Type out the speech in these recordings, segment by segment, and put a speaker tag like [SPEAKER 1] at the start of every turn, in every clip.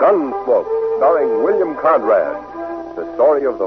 [SPEAKER 1] Gunsmoke, starring William Conrad. The story of the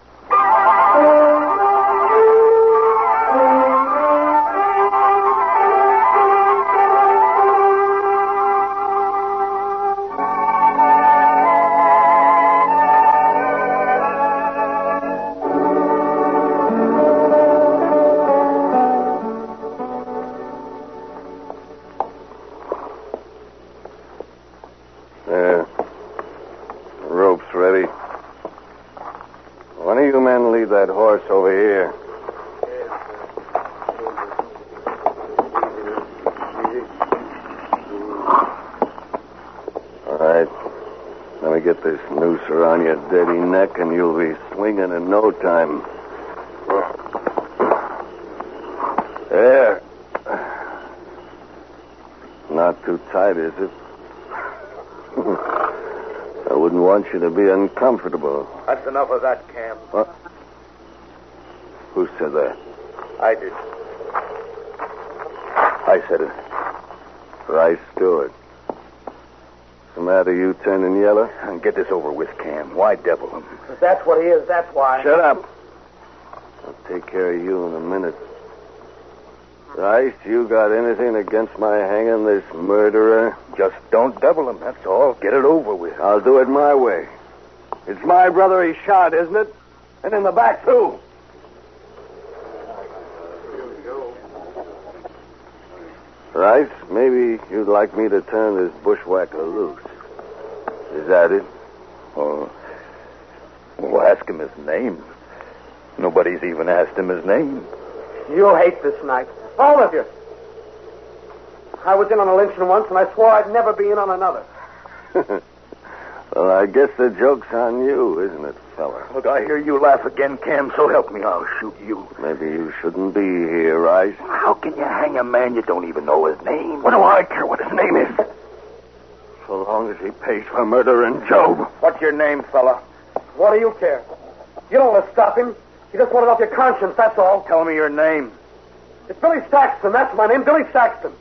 [SPEAKER 2] There. Uh, Rope's ready. One of you men lead that horse over here. All right. Let me get this noose around your dirty neck, and you'll be swinging in no time. There. Not too tight, is it? I wouldn't want you to be uncomfortable.
[SPEAKER 3] That's enough of that, Cam.
[SPEAKER 2] What? Who said that?
[SPEAKER 3] I did.
[SPEAKER 2] I said it. Rice Stewart. What's the matter, you turning yellow? Get this over with, Cam. Why devil him?
[SPEAKER 3] That's what he is. That's why.
[SPEAKER 2] Shut up. I'll take care of you in a minute. Rice, you got anything against my hanging this murderer?
[SPEAKER 3] Just don't double him. That's all. Get it over with.
[SPEAKER 2] I'll do it my way. It's my brother he shot, isn't it? And in the back, too. Rice, maybe you'd like me to turn this bushwhacker loose. Is that it?
[SPEAKER 3] Oh. Well, ask him his name. Nobody's even asked him his name.
[SPEAKER 4] You hate this night. All of you. I was in on a lynching once, and I swore I'd never be in on another.
[SPEAKER 2] well, I guess the joke's on you, isn't it, fella?
[SPEAKER 3] Look, I hear you laugh again, Cam, so help me, I'll shoot you.
[SPEAKER 2] Maybe you shouldn't be here, Rice.
[SPEAKER 3] How can you hang a man you don't even know his name? What do I care what his name is?
[SPEAKER 2] So long as he pays for murdering Job.
[SPEAKER 3] What's your name, fella?
[SPEAKER 4] What do you care? You don't want to stop him. You just want it off your conscience, that's all.
[SPEAKER 3] Tell me your name.
[SPEAKER 4] It's Billy Saxton. That's my name, Billy Saxton.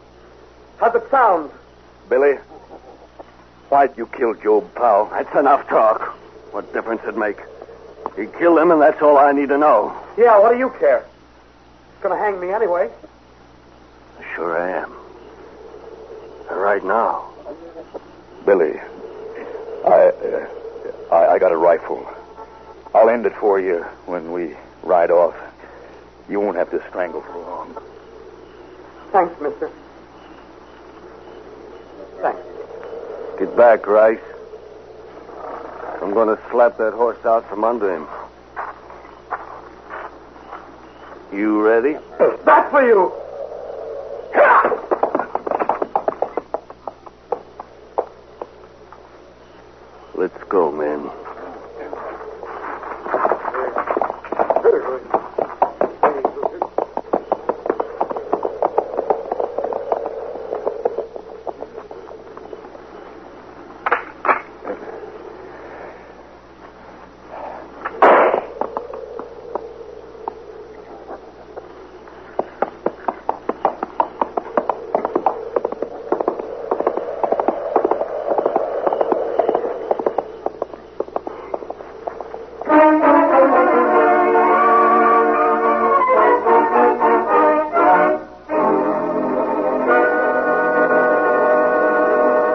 [SPEAKER 4] How's it sound?
[SPEAKER 3] Billy, why'd you kill Job Powell?
[SPEAKER 2] That's enough talk. What difference it make? He killed him, and that's all I need to know.
[SPEAKER 4] Yeah, what do you care? It's going to hang me anyway.
[SPEAKER 2] Sure I am. Right now.
[SPEAKER 3] Billy, I, uh, I, I got a rifle. I'll end it for you when we ride off. You won't have to strangle for long.
[SPEAKER 4] Thanks, mister. Thanks.
[SPEAKER 2] Get back, Rice. I'm going to slap that horse out from under him. You ready?
[SPEAKER 4] That's for you.
[SPEAKER 2] Let's go, men.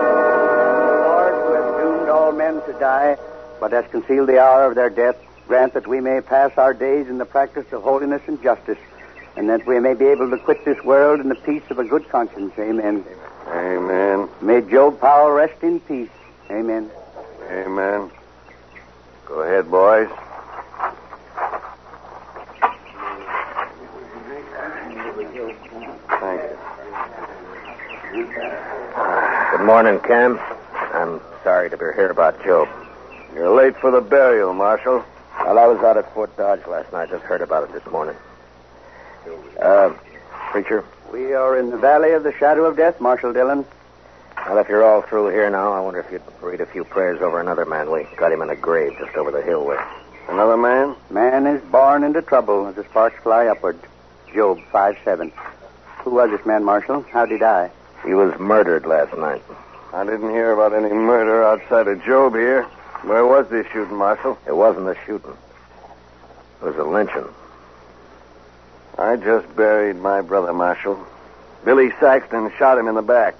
[SPEAKER 5] Lord, who hast doomed all men to die, but hast concealed the hour of their death, grant that we may pass our days in the practice of holiness and justice, and that we may be able to quit this world in the peace of a good conscience. Amen.
[SPEAKER 2] Amen.
[SPEAKER 5] May Job Powell rest in peace, Amen.
[SPEAKER 6] Amen. Go ahead, boys. Thank you.
[SPEAKER 2] Good morning, Cam. I'm sorry to be here about Joe.
[SPEAKER 6] You're late for the burial, Marshal.
[SPEAKER 2] Well, I was out at Fort Dodge last night. Just heard about it this morning. Uh, preacher,
[SPEAKER 5] We are in the valley of the shadow of death, Marshal Dillon.
[SPEAKER 2] well, if you're all through here now, I wonder if you'd read a few prayers over another man. We got him in a grave just over the hill where.
[SPEAKER 6] Another man?
[SPEAKER 5] Man is born into trouble as the sparks fly upward. Job 5 7. Who was this man, Marshal? How did he die?
[SPEAKER 2] He was murdered last night.
[SPEAKER 6] I didn't hear about any murder outside of Job here. Where was this shooting, Marshal?
[SPEAKER 2] It wasn't a shooting. It was a lynching.
[SPEAKER 6] I just buried my brother, Marshal. Billy Saxton shot him in the back.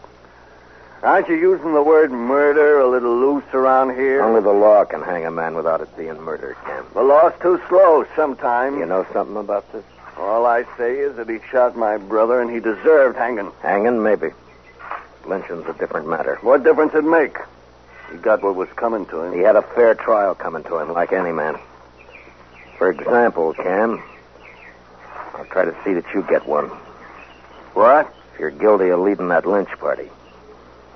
[SPEAKER 6] Aren't you using the word murder a little loose around here?
[SPEAKER 2] Only the law can hang a man without it being murder, Cam.
[SPEAKER 6] The law's too slow sometimes.
[SPEAKER 2] You know something about this?
[SPEAKER 6] All I say is that he shot my brother and he deserved hanging.
[SPEAKER 2] Hanging, maybe. Lynching's a different matter.
[SPEAKER 6] What difference it make? He got what was coming to him.
[SPEAKER 2] He had a fair trial coming to him, like any man. For example, Cam, I'll try to see that you get one.
[SPEAKER 6] What?
[SPEAKER 2] If you're guilty of leading that lynch party,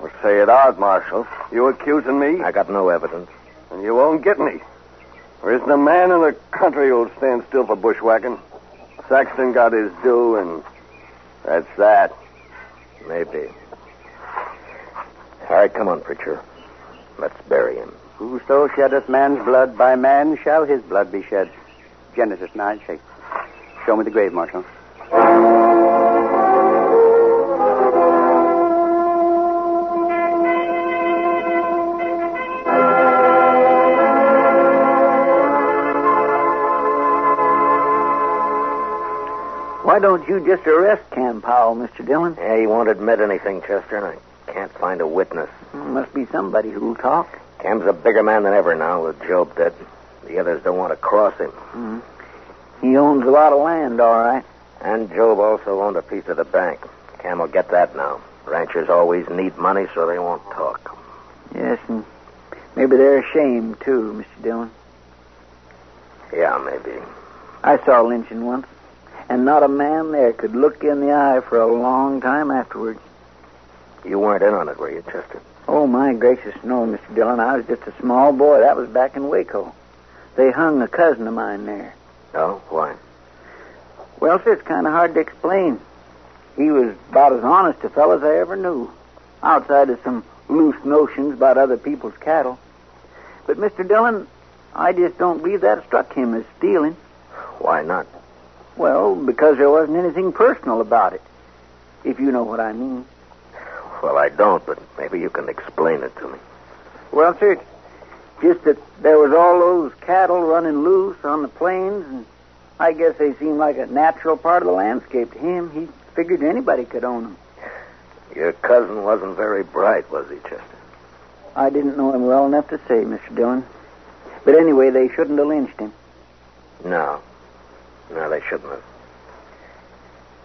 [SPEAKER 6] Well, say it out, Marshal. You accusing me?
[SPEAKER 2] I got no evidence.
[SPEAKER 6] And you won't get any. There isn't a man in the country who'll stand still for bushwhacking. Saxton got his due, and that's that.
[SPEAKER 2] Maybe. All right, come on, preacher. Let's bury him.
[SPEAKER 5] Whoso sheddeth man's blood, by man shall his blood be shed. Genesis 9 6. Show me the grave, Marshal.
[SPEAKER 4] Why don't you just arrest Cam Powell, Mr. Dillon?
[SPEAKER 2] Yeah, he won't admit anything, Chester, and I can't find a witness.
[SPEAKER 4] There must be somebody who'll talk.
[SPEAKER 2] Cam's a bigger man than ever now with Job dead. The others don't want to cross him.
[SPEAKER 4] Mm. He owns a lot of land, all right.
[SPEAKER 2] And Job also owned a piece of the bank. Cam will get that now. Ranchers always need money, so they won't talk.
[SPEAKER 4] Yes, and maybe they're ashamed, too, Mr. Dillon.
[SPEAKER 2] Yeah, maybe.
[SPEAKER 4] I saw lynching once, and not a man there could look in the eye for a long time afterwards.
[SPEAKER 2] You weren't in on it, were you, Chester?
[SPEAKER 4] Oh, my gracious, no, Mr. Dillon. I was just a small boy. That was back in Waco. They hung a cousin of mine there.
[SPEAKER 2] No? Why?
[SPEAKER 4] Well, sir, it's kind of hard to explain. He was about as honest a fellow as I ever knew, outside of some loose notions about other people's cattle. But Mr. Dillon, I just don't believe that struck him as stealing.
[SPEAKER 2] Why not?
[SPEAKER 4] Well, because there wasn't anything personal about it, if you know what I mean.
[SPEAKER 2] Well, I don't, but maybe you can explain it to me.
[SPEAKER 4] Well, sir, it's just that there was all those cattle running loose on the plains, and I guess they seemed like a natural part of the landscape to him. He figured anybody could own them.
[SPEAKER 2] Your cousin wasn't very bright, was he, Chester?
[SPEAKER 4] I didn't know him well enough to say, Mr. Dillon. But anyway, they shouldn't have lynched him.
[SPEAKER 2] No. No, they shouldn't have.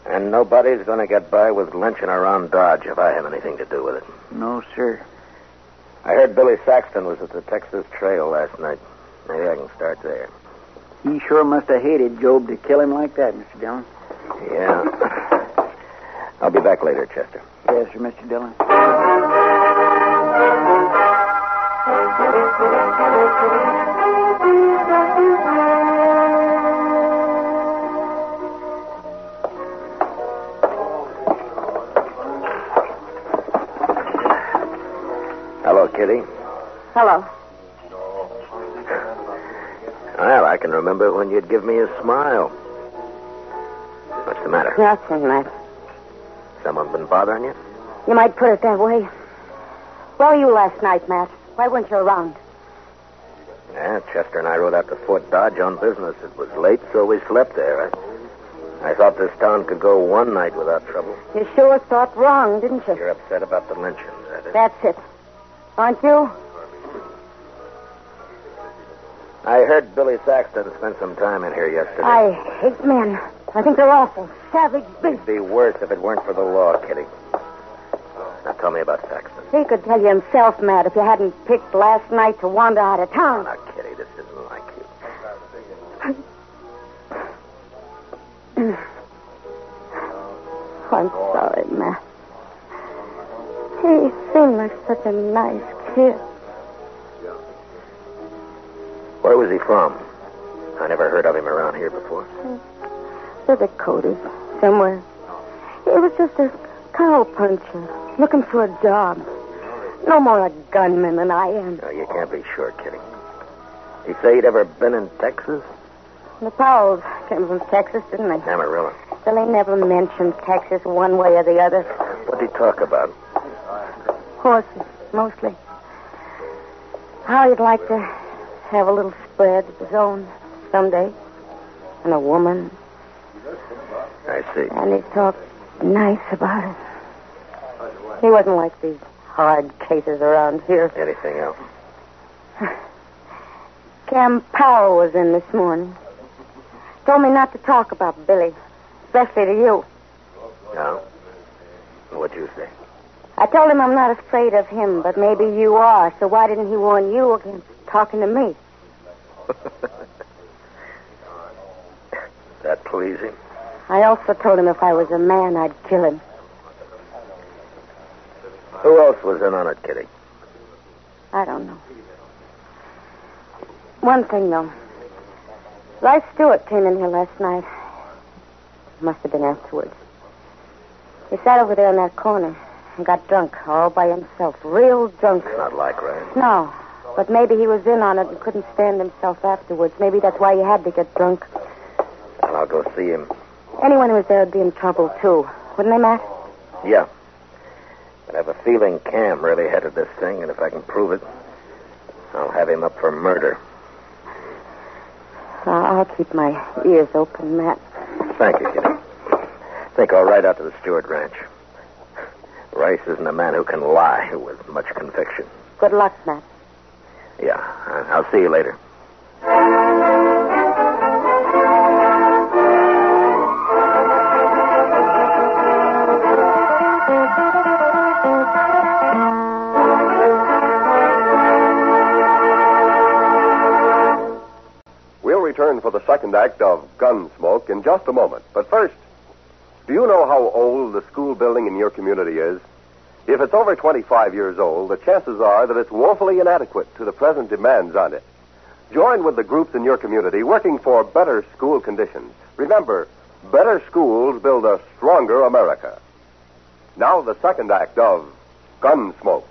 [SPEAKER 2] And nobody's going to get by with lynching around Dodge if I have anything to do with it.
[SPEAKER 4] No, sir.
[SPEAKER 2] I heard Billy Saxton was at the Texas Trail last night. Maybe I can start there.
[SPEAKER 4] He sure must have hated Job to kill him like that, Mr. Dillon.
[SPEAKER 2] Yeah. I'll be back later, Chester.
[SPEAKER 4] Yes, sir, Mr. Dillon.
[SPEAKER 2] Hello, Kitty.
[SPEAKER 7] Hello.
[SPEAKER 2] Well, I can remember when you'd give me a smile. What's the matter?
[SPEAKER 7] Nothing, Matt.
[SPEAKER 2] Someone been bothering you?
[SPEAKER 7] You might put it that way. Where were you last night, Matt? Why weren't you around?
[SPEAKER 2] Yeah, Chester and I rode out to Fort Dodge on business. It was late, so we slept there. I, I thought this town could go one night without trouble.
[SPEAKER 7] You sure thought wrong, didn't you?
[SPEAKER 2] You're upset about the lynching, that is.
[SPEAKER 7] That's it. Aren't you?
[SPEAKER 2] I heard Billy Saxton spent some time in here yesterday.
[SPEAKER 7] I hate men. I think they're awful. Savage, big.
[SPEAKER 2] It'd be worse if it weren't for the law, Kitty. Now tell me about Saxton.
[SPEAKER 7] He could tell you himself, Matt, if you hadn't picked last night to wander out of town.
[SPEAKER 2] Now, Kitty, this isn't like you.
[SPEAKER 7] I'm sorry, Matt. He seemed like such a nice kid.
[SPEAKER 2] Where was he from? I never heard of him around here before.
[SPEAKER 7] The Dakotas, somewhere. He was just a cowpuncher looking for a job. No more a gunman than I am.
[SPEAKER 2] No, you can't be sure, Kitty. Did he say he'd ever been in Texas?
[SPEAKER 7] The Powells came from Texas, didn't they?
[SPEAKER 2] Amarillo.
[SPEAKER 7] Well, they never mentioned Texas one way or the other.
[SPEAKER 2] What did he talk about?
[SPEAKER 7] Horses, mostly. How he'd like to have a little spread of his own someday. And a woman.
[SPEAKER 2] I see.
[SPEAKER 7] And he talked nice about it. He wasn't like these hard cases around here.
[SPEAKER 2] Anything else?
[SPEAKER 7] Cam Powell was in this morning. Told me not to talk about Billy, especially to you.
[SPEAKER 2] No. What'd you say?
[SPEAKER 7] I told him I'm not afraid of him, but maybe you are, so why didn't he warn you against talking to me?
[SPEAKER 2] That please him?
[SPEAKER 7] I also told him if I was a man, I'd kill him.
[SPEAKER 2] Who else was in on it, Kitty?
[SPEAKER 7] I don't know. One thing, though. Rice Stewart came in here last night. Must have been afterwards. He sat over there in that corner and got drunk all by himself. Real drunk.
[SPEAKER 2] Not like Ryan.
[SPEAKER 7] No. But maybe he was in on it and couldn't stand himself afterwards. Maybe that's why he had to get drunk.
[SPEAKER 2] Well, I'll go see him.
[SPEAKER 7] Anyone who was there would be in trouble, too. Wouldn't they, Matt?
[SPEAKER 2] Yeah. But I have a feeling Cam really headed this thing, and if I can prove it, I'll have him up for murder.
[SPEAKER 7] Uh, I'll keep my ears open, Matt.
[SPEAKER 2] Thank you, Kitty. I think I'll ride out to the Stewart Ranch. Rice isn't a man who can lie with much conviction.
[SPEAKER 7] Good luck, Matt.
[SPEAKER 2] Yeah, I- I'll see you later.
[SPEAKER 8] We'll return for the second act of Gunsmoke in just a moment. But first, do you know how old the school building in your community is? If it's over 25 years old, the chances are that it's woefully inadequate to the present demands on it. Join with the groups in your community working for better school conditions. Remember, better schools build a stronger America. Now the second act of Gunsmoke.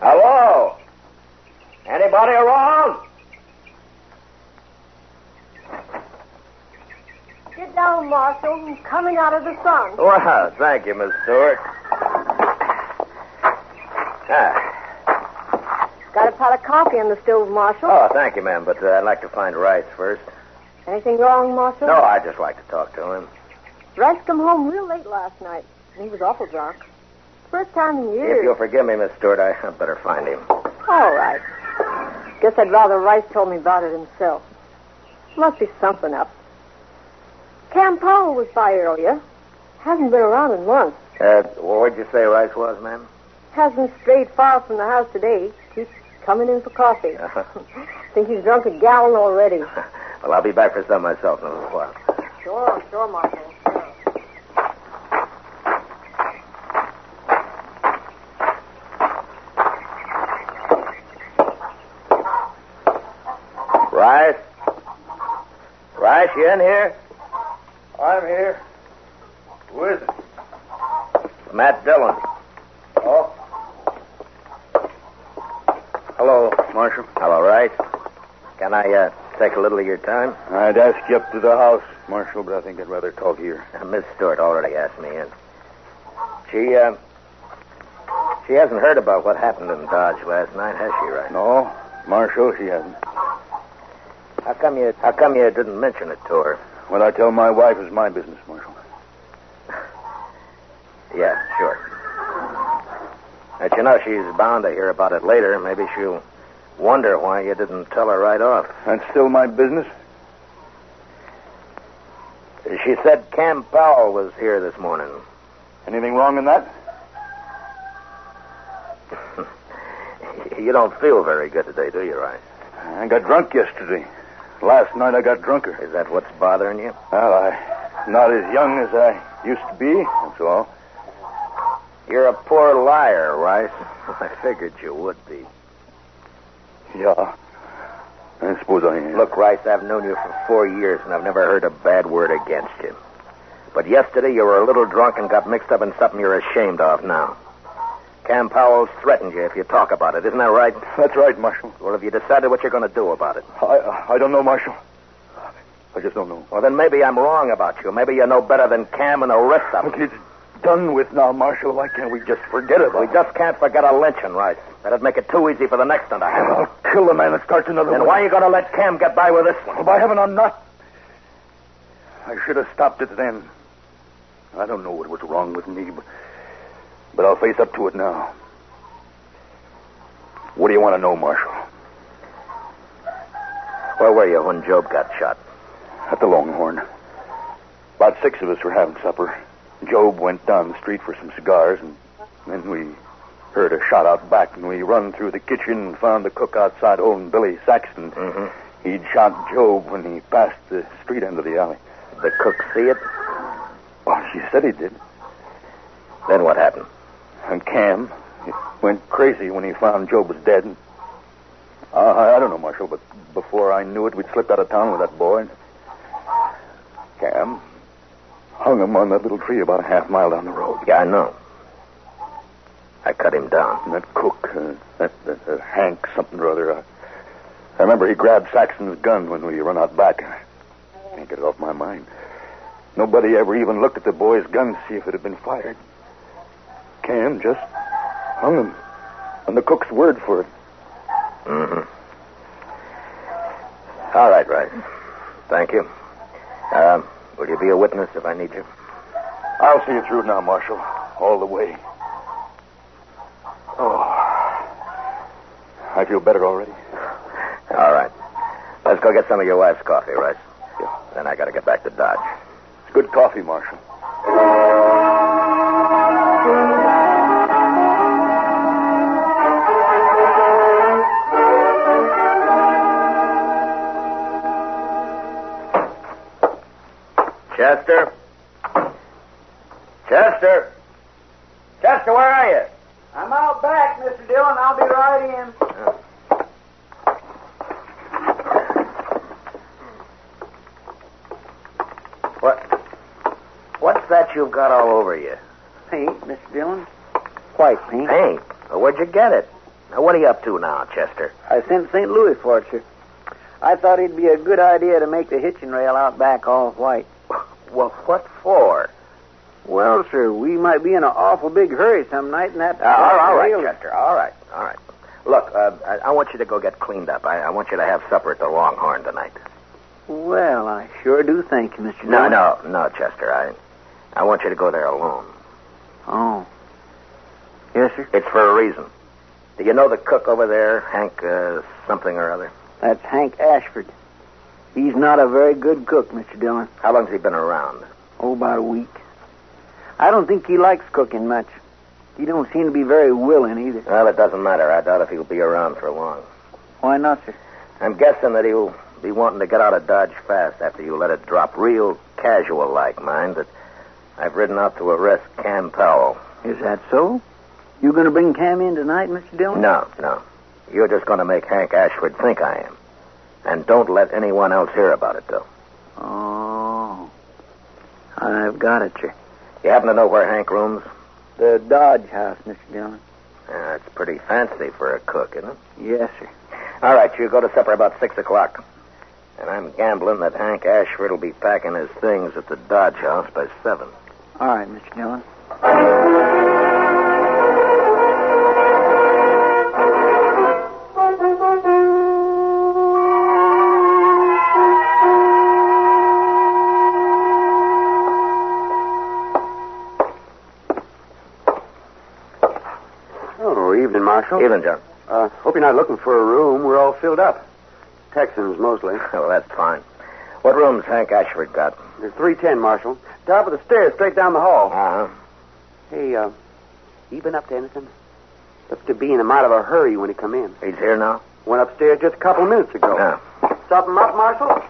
[SPEAKER 2] Hello? Anybody around?
[SPEAKER 9] Sit down, Marshal. I'm coming out of the sun.
[SPEAKER 2] Well, thank you, Miss Stewart. Ah.
[SPEAKER 9] Got a pot of coffee in the stove, Marshal.
[SPEAKER 2] Oh, thank you, ma'am, but uh, I'd like to find Rice first.
[SPEAKER 9] Anything wrong, Marshal?
[SPEAKER 2] No, I'd just like to talk to him.
[SPEAKER 9] Rice come home real late last night. He was awful drunk. First time in
[SPEAKER 2] If
[SPEAKER 9] years.
[SPEAKER 2] you'll forgive me, Miss Stewart, I, I'd better find him.
[SPEAKER 9] All right. Guess I'd rather Rice told me about it himself. Must be something up. Cam Powell was by earlier. Hasn't been around in months.
[SPEAKER 2] Uh, what'd you say Rice was, ma'am?
[SPEAKER 9] Hasn't strayed far from the house today. Keeps coming in for coffee.
[SPEAKER 2] Uh-huh.
[SPEAKER 9] Think he's drunk a gallon already.
[SPEAKER 2] Well, I'll be back for some myself in a little while.
[SPEAKER 9] Sure, sure, Marshal. Sure.
[SPEAKER 2] Rice? Rice, you in here?
[SPEAKER 4] I'm here. Who is it?
[SPEAKER 2] It's Matt Dillon.
[SPEAKER 4] Oh.
[SPEAKER 2] Hello, Marshal. Hello, Rice. Can I uh, take a little of your time?
[SPEAKER 4] I'd ask you up to the house, Marshal, but I think I'd rather talk here.
[SPEAKER 2] Uh, Miss Stewart already asked me in. She, uh, she hasn't heard about what happened in Dodge last night, has she, Rice?
[SPEAKER 4] No, Marshal, she hasn't.
[SPEAKER 2] How come you, how come you didn't mention it to her?
[SPEAKER 4] What I tell my wife is my business, Marshal.
[SPEAKER 2] Yeah, sure. But you know, she's bound to hear about it later. Maybe she'll wonder why you didn't tell her right off.
[SPEAKER 4] That's still my business?
[SPEAKER 2] She said Cam Powell was here this morning.
[SPEAKER 4] Anything wrong in that?
[SPEAKER 2] you don't feel very good today, do you, Rice?
[SPEAKER 4] I got drunk yesterday. Last night I got drunker.
[SPEAKER 2] Is that what's bothering you?
[SPEAKER 4] Well, I'm not as young as I used to be, that's all.
[SPEAKER 2] You're a poor liar, Rice. I figured you would be.
[SPEAKER 4] Yeah. I suppose I am.
[SPEAKER 2] Look, Rice, I've known you for four years, and I've never heard a bad word against you. But yesterday you were a little drunk and got mixed up in something you're ashamed of now. Cam Powell's threatened you if you talk about it. Isn't that right?
[SPEAKER 4] That's right, Marshal.
[SPEAKER 2] Well, have you decided what you're going to do about it?
[SPEAKER 4] I, I don't know, Marshal. I just don't know.
[SPEAKER 2] Well, then maybe I'm wrong about you. Maybe you know better than Cam and the rest of them.
[SPEAKER 4] Look, it's done with now, Marshal. Why can't we just forget about
[SPEAKER 2] we
[SPEAKER 4] it?
[SPEAKER 2] We just can't forget a lynching, Rice. That'd make it too easy for the next one to happen.
[SPEAKER 4] I'll kill the man and start another
[SPEAKER 2] then
[SPEAKER 4] one.
[SPEAKER 2] why are you going to let Cam get by with this one?
[SPEAKER 4] Well, by heaven, I'm not. I should have stopped it then. I don't know what was wrong with me, but, but I'll face up to it now. What do you want to know, Marshal?
[SPEAKER 2] Where were you when Job got shot?
[SPEAKER 4] At the Longhorn. About six of us were having supper. Job went down the street for some cigars, and then we heard a shot out back, and we run through the kitchen and found the cook outside holding Billy Saxton.
[SPEAKER 2] Mm-hmm.
[SPEAKER 4] He'd shot Job when he passed the street end of the alley.
[SPEAKER 2] The cook see it?
[SPEAKER 4] Well, she said he did.
[SPEAKER 2] Then what happened?
[SPEAKER 4] And Cam he went crazy when he found Job was dead. Uh, I, I don't know, Marshal, but before I knew it, we'd slipped out of town with that boy. Cam hung him on that little tree about a half mile down the road.
[SPEAKER 2] Yeah, I know. I cut him down.
[SPEAKER 4] And that cook, uh, that, that uh, Hank something or other, uh, I remember he grabbed Saxon's gun when we run out back. I can't get it off my mind. Nobody ever even looked at the boy's gun to see if it had been fired. Cam just hung him on the cook's word for it.
[SPEAKER 2] Mm-hmm. All right, right. Thank you. Uh, will you be a witness if I need you?
[SPEAKER 4] I'll see you through now, Marshal. All the way. Oh. I feel better already.
[SPEAKER 2] All right. Let's go get some of your wife's coffee, Rice.
[SPEAKER 4] Yeah.
[SPEAKER 2] Then I gotta get back to Dodge.
[SPEAKER 4] It's good coffee, Marshal.
[SPEAKER 2] Chester? Chester? Chester, where are you?
[SPEAKER 5] I'm out back, Mr. Dillon. I'll be right in.
[SPEAKER 2] What? What's that you've got all over you?
[SPEAKER 5] Paint, Mr. Dillon. White paint.
[SPEAKER 2] Paint? Well, where'd you get it? Now, what are you up to now, Chester?
[SPEAKER 5] I sent St. Louis for it, sir. I thought it'd be a good idea to make the hitching rail out back all white.
[SPEAKER 2] Well, what for?
[SPEAKER 5] Well, sir, we might be in an awful big hurry some night, and that.
[SPEAKER 2] Uh,
[SPEAKER 10] Ah,
[SPEAKER 2] all, all right,
[SPEAKER 5] rail-
[SPEAKER 2] Chester. All right, all right. Look, uh, I, I want you to go get cleaned up. I, I want you to have supper at the Longhorn tonight.
[SPEAKER 5] Well, I sure do thank you, Mr.
[SPEAKER 2] No,
[SPEAKER 5] Dillon.
[SPEAKER 2] no, no, Chester. I, I want you to go there alone.
[SPEAKER 5] Oh. Yes, sir.
[SPEAKER 2] It's for a reason. Do you know the cook over there, Hank uh, something or other?
[SPEAKER 5] That's Hank Ashford. He's not a very good cook, Mr. Dillon.
[SPEAKER 2] How long's he been around?
[SPEAKER 5] Oh, about a week. I don't think he likes cooking much. He don't seem to be very willing either.
[SPEAKER 2] Well, it doesn't matter. I doubt if he'll be around for long.
[SPEAKER 5] Why not, sir?
[SPEAKER 2] I'm guessing that he'll be wanting to get out of Dodge fast after you let it drop. Real casual like, mind, that I've ridden out to arrest Cam Powell.
[SPEAKER 5] Is that so? You going to bring Cam in tonight, Mr. Dillon?
[SPEAKER 2] No, no. You're just going to make Hank Ashford think I am. And don't let anyone else hear about it, though.
[SPEAKER 5] Oh. I've got it, sir.
[SPEAKER 2] You happen to know where Hank rooms?
[SPEAKER 5] The Dodge House, Mr. Dillon.
[SPEAKER 2] Yeah, it's pretty fancy for a cook, isn't it?
[SPEAKER 5] Yes, sir.
[SPEAKER 2] All right, you go to supper about six o'clock. And I'm gambling that Hank Ashford will be packing his things at the Dodge House by seven.
[SPEAKER 5] All right, Mr. Dillon.
[SPEAKER 10] Oh, evening, Marshal.
[SPEAKER 2] Even, John.
[SPEAKER 10] Uh, hope you're not looking for a room. We're all filled up. Texans, mostly.
[SPEAKER 2] Well, that's fine. What room's Hank Ashford got?
[SPEAKER 10] There's 310, Marshal. Top of the stairs, straight down the hall.
[SPEAKER 2] Uh huh.
[SPEAKER 10] Hey, uh, you been up to anything? Looked to be in a mite of a hurry when he come in.
[SPEAKER 2] He's here now?
[SPEAKER 10] Went upstairs just a couple of minutes ago.
[SPEAKER 2] Yeah.
[SPEAKER 10] Stop him up, Marshal?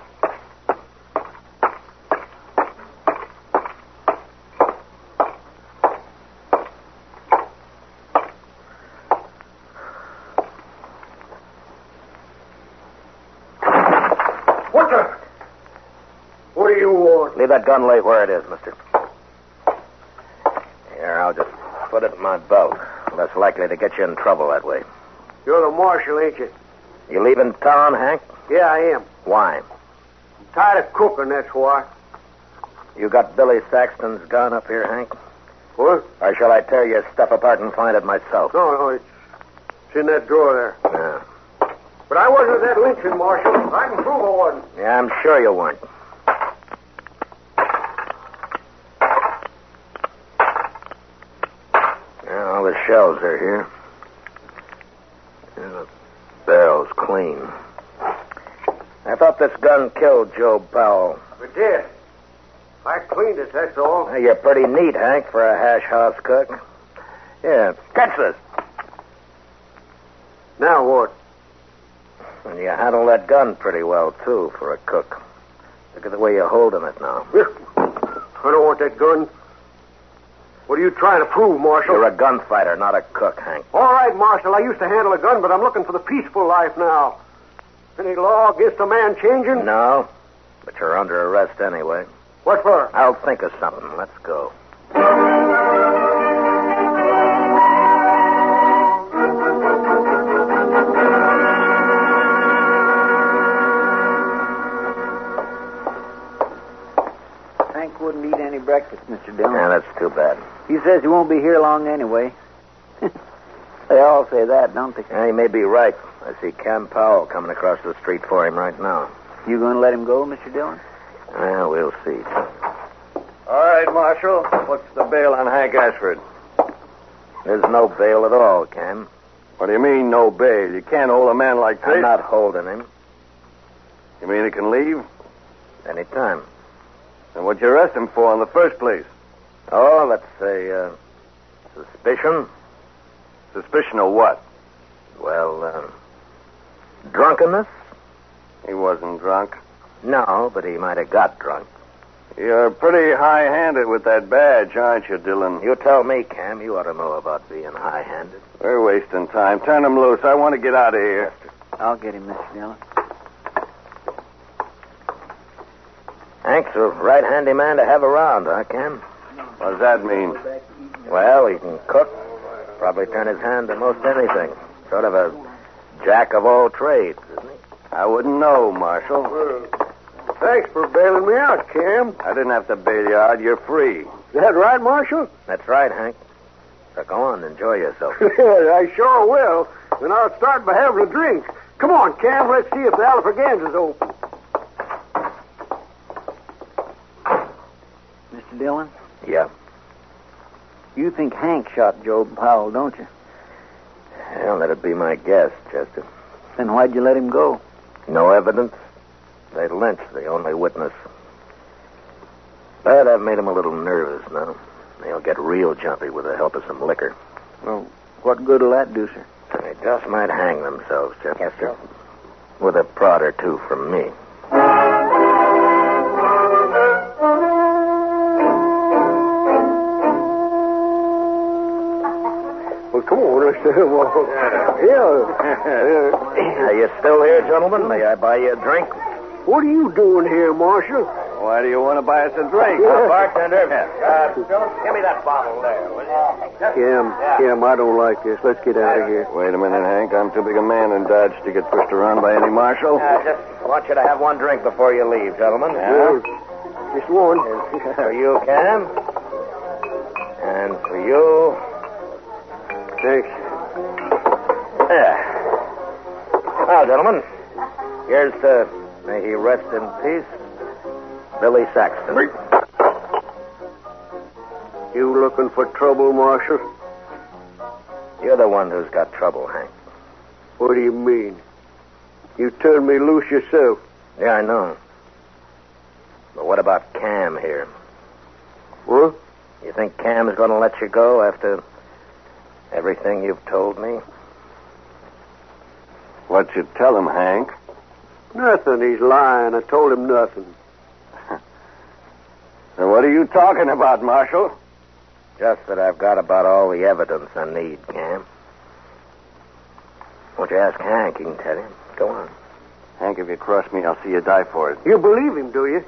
[SPEAKER 4] What the? What do you want?
[SPEAKER 2] Leave that gun lay where it is, mister. Here, I'll just put it in my belt. Less likely to get you in trouble that way.
[SPEAKER 4] You're the marshal, ain't you?
[SPEAKER 2] You leaving town, Hank?
[SPEAKER 4] Yeah, I am.
[SPEAKER 2] Why?
[SPEAKER 4] I'm tired of cooking, that's why.
[SPEAKER 2] You got Billy Saxton's gun up here, Hank?
[SPEAKER 4] What?
[SPEAKER 2] Or shall I tear your stuff apart and find it myself?
[SPEAKER 4] No, no, it's, it's in that drawer there.
[SPEAKER 2] Yeah.
[SPEAKER 4] But I wasn't at that lynching, Marshal. I can prove I wasn't.
[SPEAKER 2] yeah, I'm sure you weren't. Yeah, all the shells are here. Yeah, the barrel's clean. I thought this gun killed Joe Powell.
[SPEAKER 4] It did. I cleaned it, that's all.
[SPEAKER 2] Well, you're pretty neat, Hank, for a hash house cook. Yeah, catch this.
[SPEAKER 4] Now what?
[SPEAKER 2] And you handle that gun pretty well, too, for a cook. Look at the way you're holding it now.
[SPEAKER 4] I don't want that gun. What are you trying to prove, Marshal?
[SPEAKER 2] You're a gunfighter, not a cook, Hank.
[SPEAKER 4] All right, Marshal, I used to handle a gun, but I'm looking for the peaceful life now. Any law against a man changing?
[SPEAKER 2] No, but you're under arrest anyway.
[SPEAKER 4] What for?
[SPEAKER 2] I'll think of something. Let's go.
[SPEAKER 5] Hank wouldn't eat any breakfast, Mr. Dillon.
[SPEAKER 2] Yeah, that's too bad.
[SPEAKER 5] He says he won't be here long anyway. they all say that, don't they?
[SPEAKER 2] Yeah, he may be right. I see Cam Powell coming across the street for him right now.
[SPEAKER 5] You going to let him go, Mr. Dillon?
[SPEAKER 2] Well, we'll see.
[SPEAKER 11] All right, Marshal. What's the bail on Hank Ashford?
[SPEAKER 2] There's no bail at all, Cam.
[SPEAKER 11] What do you mean, no bail? You can't hold a man like this.
[SPEAKER 2] I'm not holding him.
[SPEAKER 11] You mean he can leave?
[SPEAKER 2] Anytime.
[SPEAKER 11] Then what'd you arrest him for in the first place?
[SPEAKER 2] Oh, let's say, uh, suspicion.
[SPEAKER 11] Suspicion of what?
[SPEAKER 2] Well, uh, drunkenness?
[SPEAKER 11] He wasn't drunk.
[SPEAKER 2] No, but he might have got drunk.
[SPEAKER 11] You're pretty high-handed with that badge, aren't you, Dillon?
[SPEAKER 2] You tell me, Cam. You ought to know about being high-handed.
[SPEAKER 11] We're wasting time. Turn him loose. I want to get out of here.
[SPEAKER 5] I'll get him, Mr. Dillon.
[SPEAKER 2] Hank's a right-handy man to have around, huh, Cam?
[SPEAKER 11] What does that mean?
[SPEAKER 2] Well, he can cook. Probably turn his hand to most anything. Sort of a jack of all trades, isn't he?
[SPEAKER 11] I wouldn't know, Marshal.
[SPEAKER 4] Thanks for bailing me out, Cam.
[SPEAKER 11] I didn't have to bail you out. You're free.
[SPEAKER 4] Is that right, Marshal?
[SPEAKER 2] That's right, Hank. So go on, enjoy yourself.
[SPEAKER 4] I sure will. And I'll start by having a drink. Come on, Cam, let's see if the Alfraganza's open.
[SPEAKER 5] Mr. Dillon,
[SPEAKER 2] yeah.
[SPEAKER 5] you think Hank shot Job Powell, don't you?
[SPEAKER 2] Well, that'd be my guess, Chester.
[SPEAKER 5] Then why'd you let him go?
[SPEAKER 2] No evidence. They lynched the only witness. But I've made him a little nervous now. They'll get real jumpy with the help of some liquor.
[SPEAKER 5] Well, what good'll that do, sir?
[SPEAKER 2] They just might hang themselves, Chester. Yes, sir. With a prod or two from me.
[SPEAKER 4] Well, come on, let's have Yeah.
[SPEAKER 2] Are you still here, gentlemen? May I buy you a drink?
[SPEAKER 4] What are you doing here, Marshal?
[SPEAKER 11] Why do you want to buy us a drink?
[SPEAKER 2] Uh, bartender, uh, give me that bottle there, will you?
[SPEAKER 4] Cam, Cam, I don't like this. Let's get out of here.
[SPEAKER 11] Wait a minute, Hank. I'm too big a man in Dodge to get pushed around by any marshal.
[SPEAKER 2] I Uh, just want you to have one drink before you leave, gentlemen.
[SPEAKER 4] Well, just one.
[SPEAKER 2] For you, Cam. And for you.
[SPEAKER 4] Thanks.
[SPEAKER 2] There. Well, gentlemen, here's to, may he rest in peace, Billy Saxton.
[SPEAKER 4] You looking for trouble, Marshal?
[SPEAKER 2] You're the one who's got trouble, Hank.
[SPEAKER 4] What do you mean? You turned me loose yourself.
[SPEAKER 2] Yeah, I know. But what about Cam here?
[SPEAKER 4] What?
[SPEAKER 2] You think Cam's going to let you go after everything you've told me?
[SPEAKER 12] What'd you tell him, Hank?
[SPEAKER 4] Nothing. He's lying. I told him nothing.
[SPEAKER 12] Now, what are you talking about, Marshal?
[SPEAKER 2] Just that I've got about all the evidence I need, Cam. Won't you ask Hank? He can tell you. Go on.
[SPEAKER 12] Hank, if you cross me, I'll see you die for it.
[SPEAKER 4] You believe him, do you?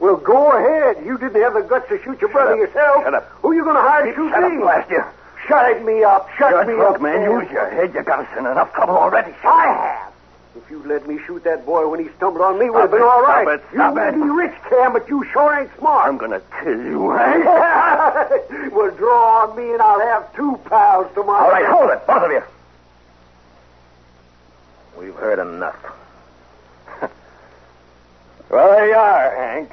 [SPEAKER 4] Well, go ahead. You didn't have the guts to shoot your brother
[SPEAKER 12] up.
[SPEAKER 4] yourself.
[SPEAKER 12] Shut up.
[SPEAKER 4] Who you going to hire to shoot
[SPEAKER 12] Shut
[SPEAKER 4] me?
[SPEAKER 12] up, blast you.
[SPEAKER 4] Shut me up. Shut
[SPEAKER 12] You're
[SPEAKER 4] me
[SPEAKER 12] drunk,
[SPEAKER 4] up,
[SPEAKER 12] man. Use your head. You got us in enough trouble already.
[SPEAKER 4] I have. If you'd let me shoot that boy when he stumbled on me, it would have been
[SPEAKER 12] it,
[SPEAKER 4] all
[SPEAKER 12] stop
[SPEAKER 4] right.
[SPEAKER 12] it, stop
[SPEAKER 4] you
[SPEAKER 12] it.
[SPEAKER 4] may be rich, Cam, but you sure ain't smart.
[SPEAKER 12] I'm gonna kill you, Hank.
[SPEAKER 4] well, draw on me, and I'll have two pals tomorrow.
[SPEAKER 2] All right, hold it, both of you. We've heard enough.
[SPEAKER 12] Well, there you are, Hank.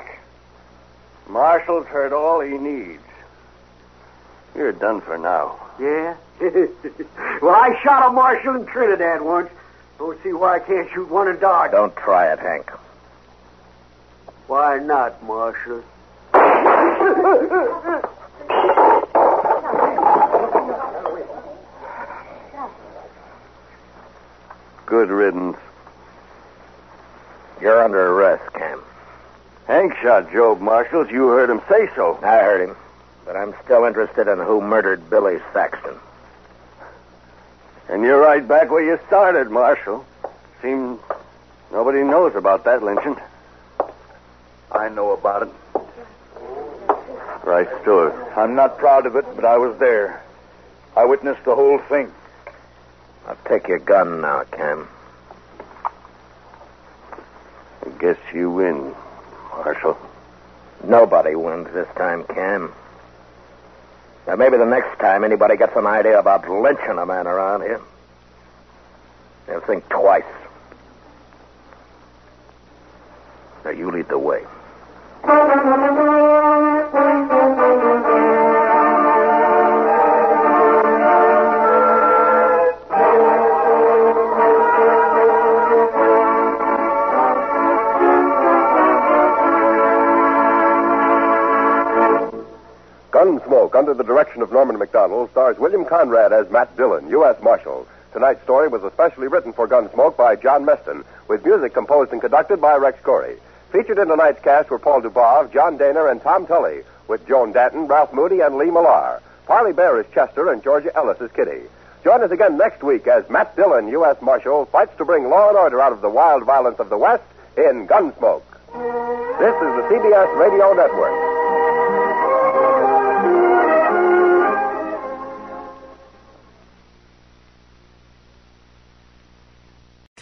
[SPEAKER 12] Marshall's heard all he needs. You're done for now.
[SPEAKER 4] Yeah? well, I shot a marshal in Trinidad once. Don't see why I can't shoot one in Dodge.
[SPEAKER 2] Don't try it, Hank.
[SPEAKER 4] Why not, Marshal?
[SPEAKER 12] Good riddance.
[SPEAKER 2] You're under arrest, Cam.
[SPEAKER 12] Hank shot Job Marshall. You heard him say so.
[SPEAKER 2] I heard him, but I'm still interested in who murdered Billy Saxton.
[SPEAKER 12] And you're right back where you started, Marshal. Seems nobody knows about that lynching.
[SPEAKER 13] I know about it.
[SPEAKER 12] Right, Stewart.
[SPEAKER 13] I'm not proud of it, but I was there. I witnessed the whole thing.
[SPEAKER 2] I'll take your gun now, Cam.
[SPEAKER 12] I guess you win, Marshal.
[SPEAKER 2] Nobody wins this time, Cam. Now, maybe the next time anybody gets an idea about lynching a man around here, they'll think twice. Now, you lead the way.
[SPEAKER 8] Gunsmoke, under the direction of Norman McDonald, stars William Conrad as Matt Dillon, U.S. Marshal. Tonight's story was especially written for Gunsmoke by John Meston, with music composed and conducted by Rex Corey. Featured in tonight's cast were Paul Dubov, John Dana, and Tom Tully, with Joan Danton, Ralph Moody, and Lee Millar. Parley Bear is Chester, and Georgia Ellis is Kitty. Join us again next week as Matt Dillon, U.S. Marshal, fights to bring law and order out of the wild violence of the West in Gunsmoke. This is the CBS Radio Network.